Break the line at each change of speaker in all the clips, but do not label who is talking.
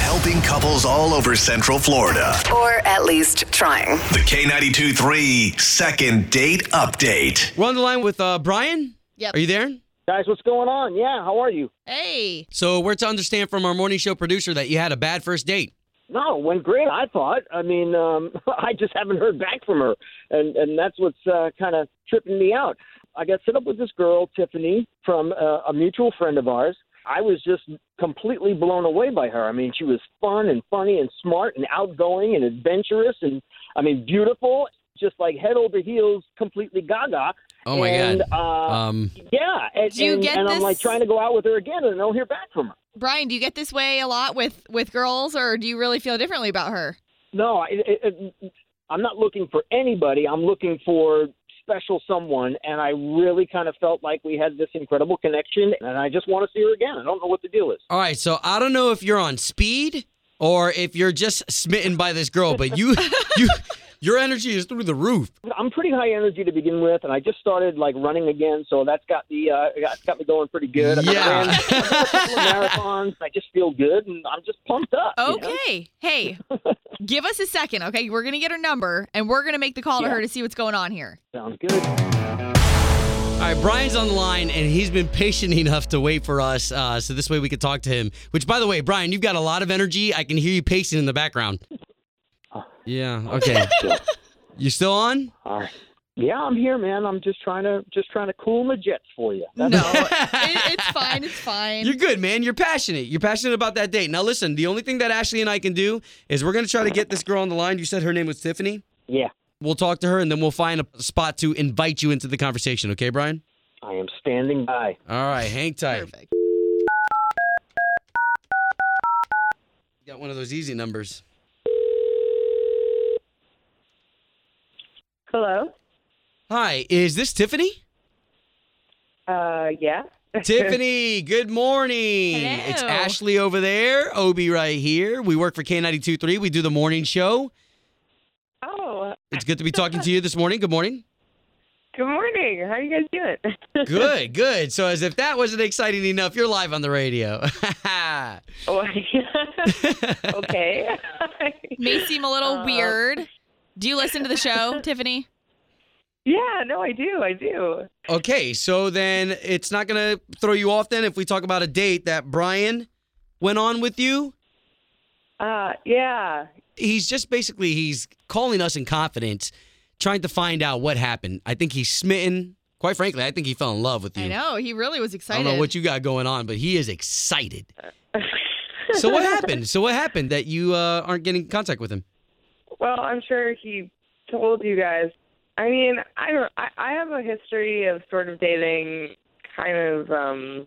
Helping couples all over Central Florida.
Or at least trying.
The K92 3 second date update.
We're on the line with uh, Brian.
Yep.
Are you there?
Guys, what's going on? Yeah, how are you?
Hey.
So we're to understand from our morning show producer that you had a bad first date.
No, it went great. I thought. I mean, um, I just haven't heard back from her, and and that's what's uh, kind of tripping me out. I got set up with this girl, Tiffany, from uh, a mutual friend of ours. I was just completely blown away by her. I mean, she was fun and funny and smart and outgoing and adventurous and I mean, beautiful, just like head over heels, completely gaga.
Oh my
and,
god.
Uh,
um.
yeah, and,
Do you
and,
get
and I'm
this-
like trying to go out with her again, and I don't hear back from her.
Brian, do you get this way a lot with with girls or do you really feel differently about her?
No, it, it, it, I'm not looking for anybody. I'm looking for special someone, and I really kind of felt like we had this incredible connection, and I just want to see her again. I don't know what the deal is.
All right. So I don't know if you're on speed or if you're just smitten by this girl, but you, you, your energy is through the roof.
I'm pretty high energy to begin with, and I just started like running again, so that's got me uh, got, got me going pretty good. I've
Yeah.
ran a couple of marathons. I just feel good, and I'm just pumped up. you know?
Okay. Hey. give us a second, okay? We're going to get her number and we're going to make the call to
Yeah.
her to see what's going on here.
sounds good.
All right. Brian's on the line and he's been patient enough to wait for us, uh, so this way we could talk to him. Which, by the way, Brian, you've got a lot of energy. I can hear you pacing in the background.
Uh.
Yeah. Okay. You still on?
All right. Yeah, I'm here, man. I'm just trying to just trying to cool my jets for you. That's
No. it, it's fine. It's fine.
You're good, man. You're passionate. You're passionate about that date. Now, listen, the only thing that Ashley and I can do is we're going to try to get this girl on the line. You said her name was Tiffany.
yeah.
We'll talk to her and then we'll find a spot to invite you into the conversation, okay, Brian?
I am standing by.
All right, hang tight.
Perfect.
Got one of those easy numbers.
Hello.
Hi, is this Tiffany?
Uh, yeah.
Tiffany, good morning. It's
Hello.
Ashley over there, Obi right here. We work for K92.3. We do the morning show.
Oh,
It's good to be talking to you this morning. Good morning.
good morning. How you guys doing?
Good, good. So, as if that wasn't exciting enough, you're live on the radio.
Oh, okay.
May seem a little
Uh,
weird. Do you listen to the show, Tiffany?
yeah. No, I do. I do.
Okay, so then it's not going to throw you off then if we talk about a date that Brian went on with you.
Uh, yeah.
He's just basically he's calling us in confidence, trying to find out what happened. I think he's smitten. Quite frankly, I think he fell in love with you.
I know. He really was
I
excited.
don't know what you got going on, but he is excited. so what happened? So what happened that you uh, aren't getting in contact with him?
Well, I'm sure he told you guys. I mean, I don't- I, I have a history of sort of dating kind of um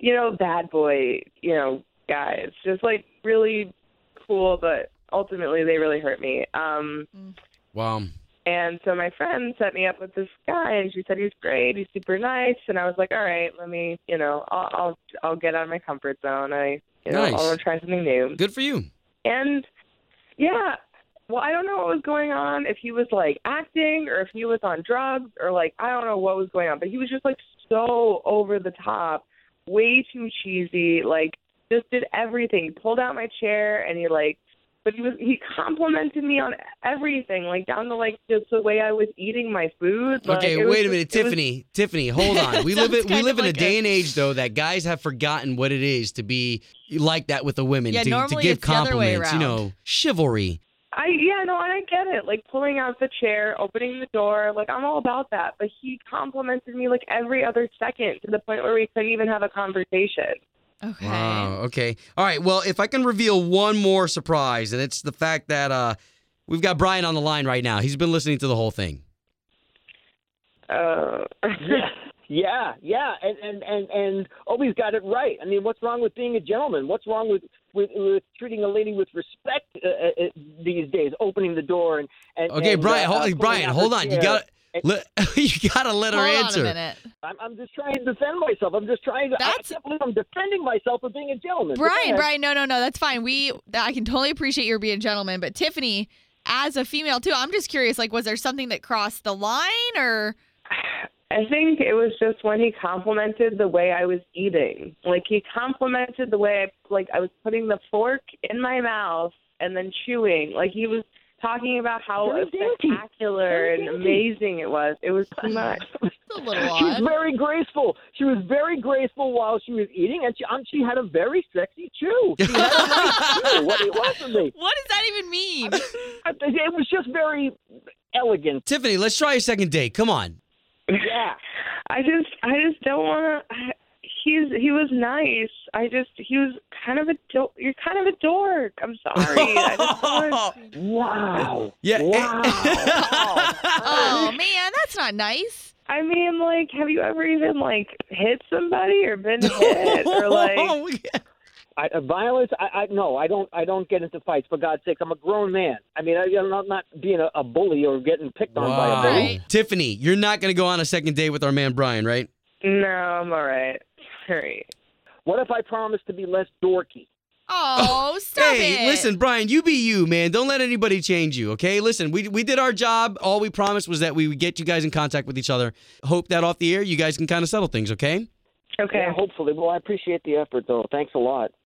you know, bad boy, you know, guys. Just like really cool, but ultimately they really hurt me. Um
Wow.
And so my friend set me up with this guy, and she said he's great, he's super nice. And I was like, all right, let me, you know, I'll I'll, I'll get out of my comfort zone. I, you know,
Nice.
I'll try something new.
Good for you.
And yeah, well, I don't know what was going on. If he was like acting, or if he was on drugs, or like I don't know what was going on. But he was just like so over the top, way too cheesy. Like just did everything. He pulled out my chair, and he like. But he was he complimented me on everything, like down to like just the way I was eating my food. Like,
Okay,
it was
wait a
just-
minute,
it was-
Tiffany. Tiffany, hold on. We live in,
Sounds
we
kind
live
of
in a
like
day
a-
and age though that guys have forgotten what it is to be like that with the women
Yeah,
to, to
normally
give
it's the other way
compliments. You
around.
know, chivalry.
I yeah, no, and I get it. Like pulling out the chair, opening the door, like I'm all about that. But he complimented me like every other second to the point where we couldn't even have a conversation.
Okay.
Wow. Okay. All right. Well, if I can reveal one more surprise, and it's the fact that uh, we've got Brian on the line right now. He's been listening to the whole thing.
Uh,
Yeah. Yeah, yeah, and and and and always got it right. I mean, what's wrong with being a gentleman? What's wrong with with, with treating a lady with respect uh, uh, uh, these days? Opening the door and, and
Okay,
and,
Brian,
uh,
hold,
uh, pulling
Brian,
out
hold
her
on. You
chair.
got
And-
to you got to let her
Hold
answer.
on a minute.
I'm, I'm just trying to defend myself. I'm just trying to.
That's-
I can't believe I'm defending myself for being a gentleman. But go
Brian,
ahead.
Brian, no, no, no, that's fine. We, I can totally appreciate your being a gentleman, but Tiffany, as a female too, I'm just curious. Like, was there something that crossed the line, or
I think it was just when he complimented the way I was eating. Like he complimented the way I like I was putting the fork in my mouth and then chewing. Like he was talking about how
Very dainty.
spectacular
Very
and
dainty.
amazing it was. It was too much.
it's a little
She was
odd?
very graceful. She was very graceful while she was eating, and she um, she had a very sexy chew. She had a nice chew. What it was to me,
What does that even mean?
I- it was just very elegant.
Tiffany, let's try a second date. Come on.
Yeah.
I just I just don't want to. He's he was nice. I just he was kind of a do- you're kind of a dork. I'm sorry. I just wanna-
Wow.
Yeah, it-
Wow.
oh man, that's not nice.
I mean, like, have you ever even like hit somebody or been hit or like?
I, uh, violence? I, I no. I don't. I don't get into fights. For God's sake, I'm a grown man. I mean, I, I'm not, not being a, a bully or getting picked on
Wow.
by a baby.
Right.
Tiffany, you're not going to go on a second date with our man Brian, right?
No, I'm all right. All right.
What if I promise to be less dorky?
Oh, stop
hey,
it.
listen, Brian, you be you, man. Don't let anybody change you, okay? Listen, we, we did our job. All we promised was that we would get you guys in contact with each other. Hope that off the air, you guys can kind of settle things, okay?
Okay.
Yeah, hopefully. Well, I appreciate the effort, though. Thanks a lot.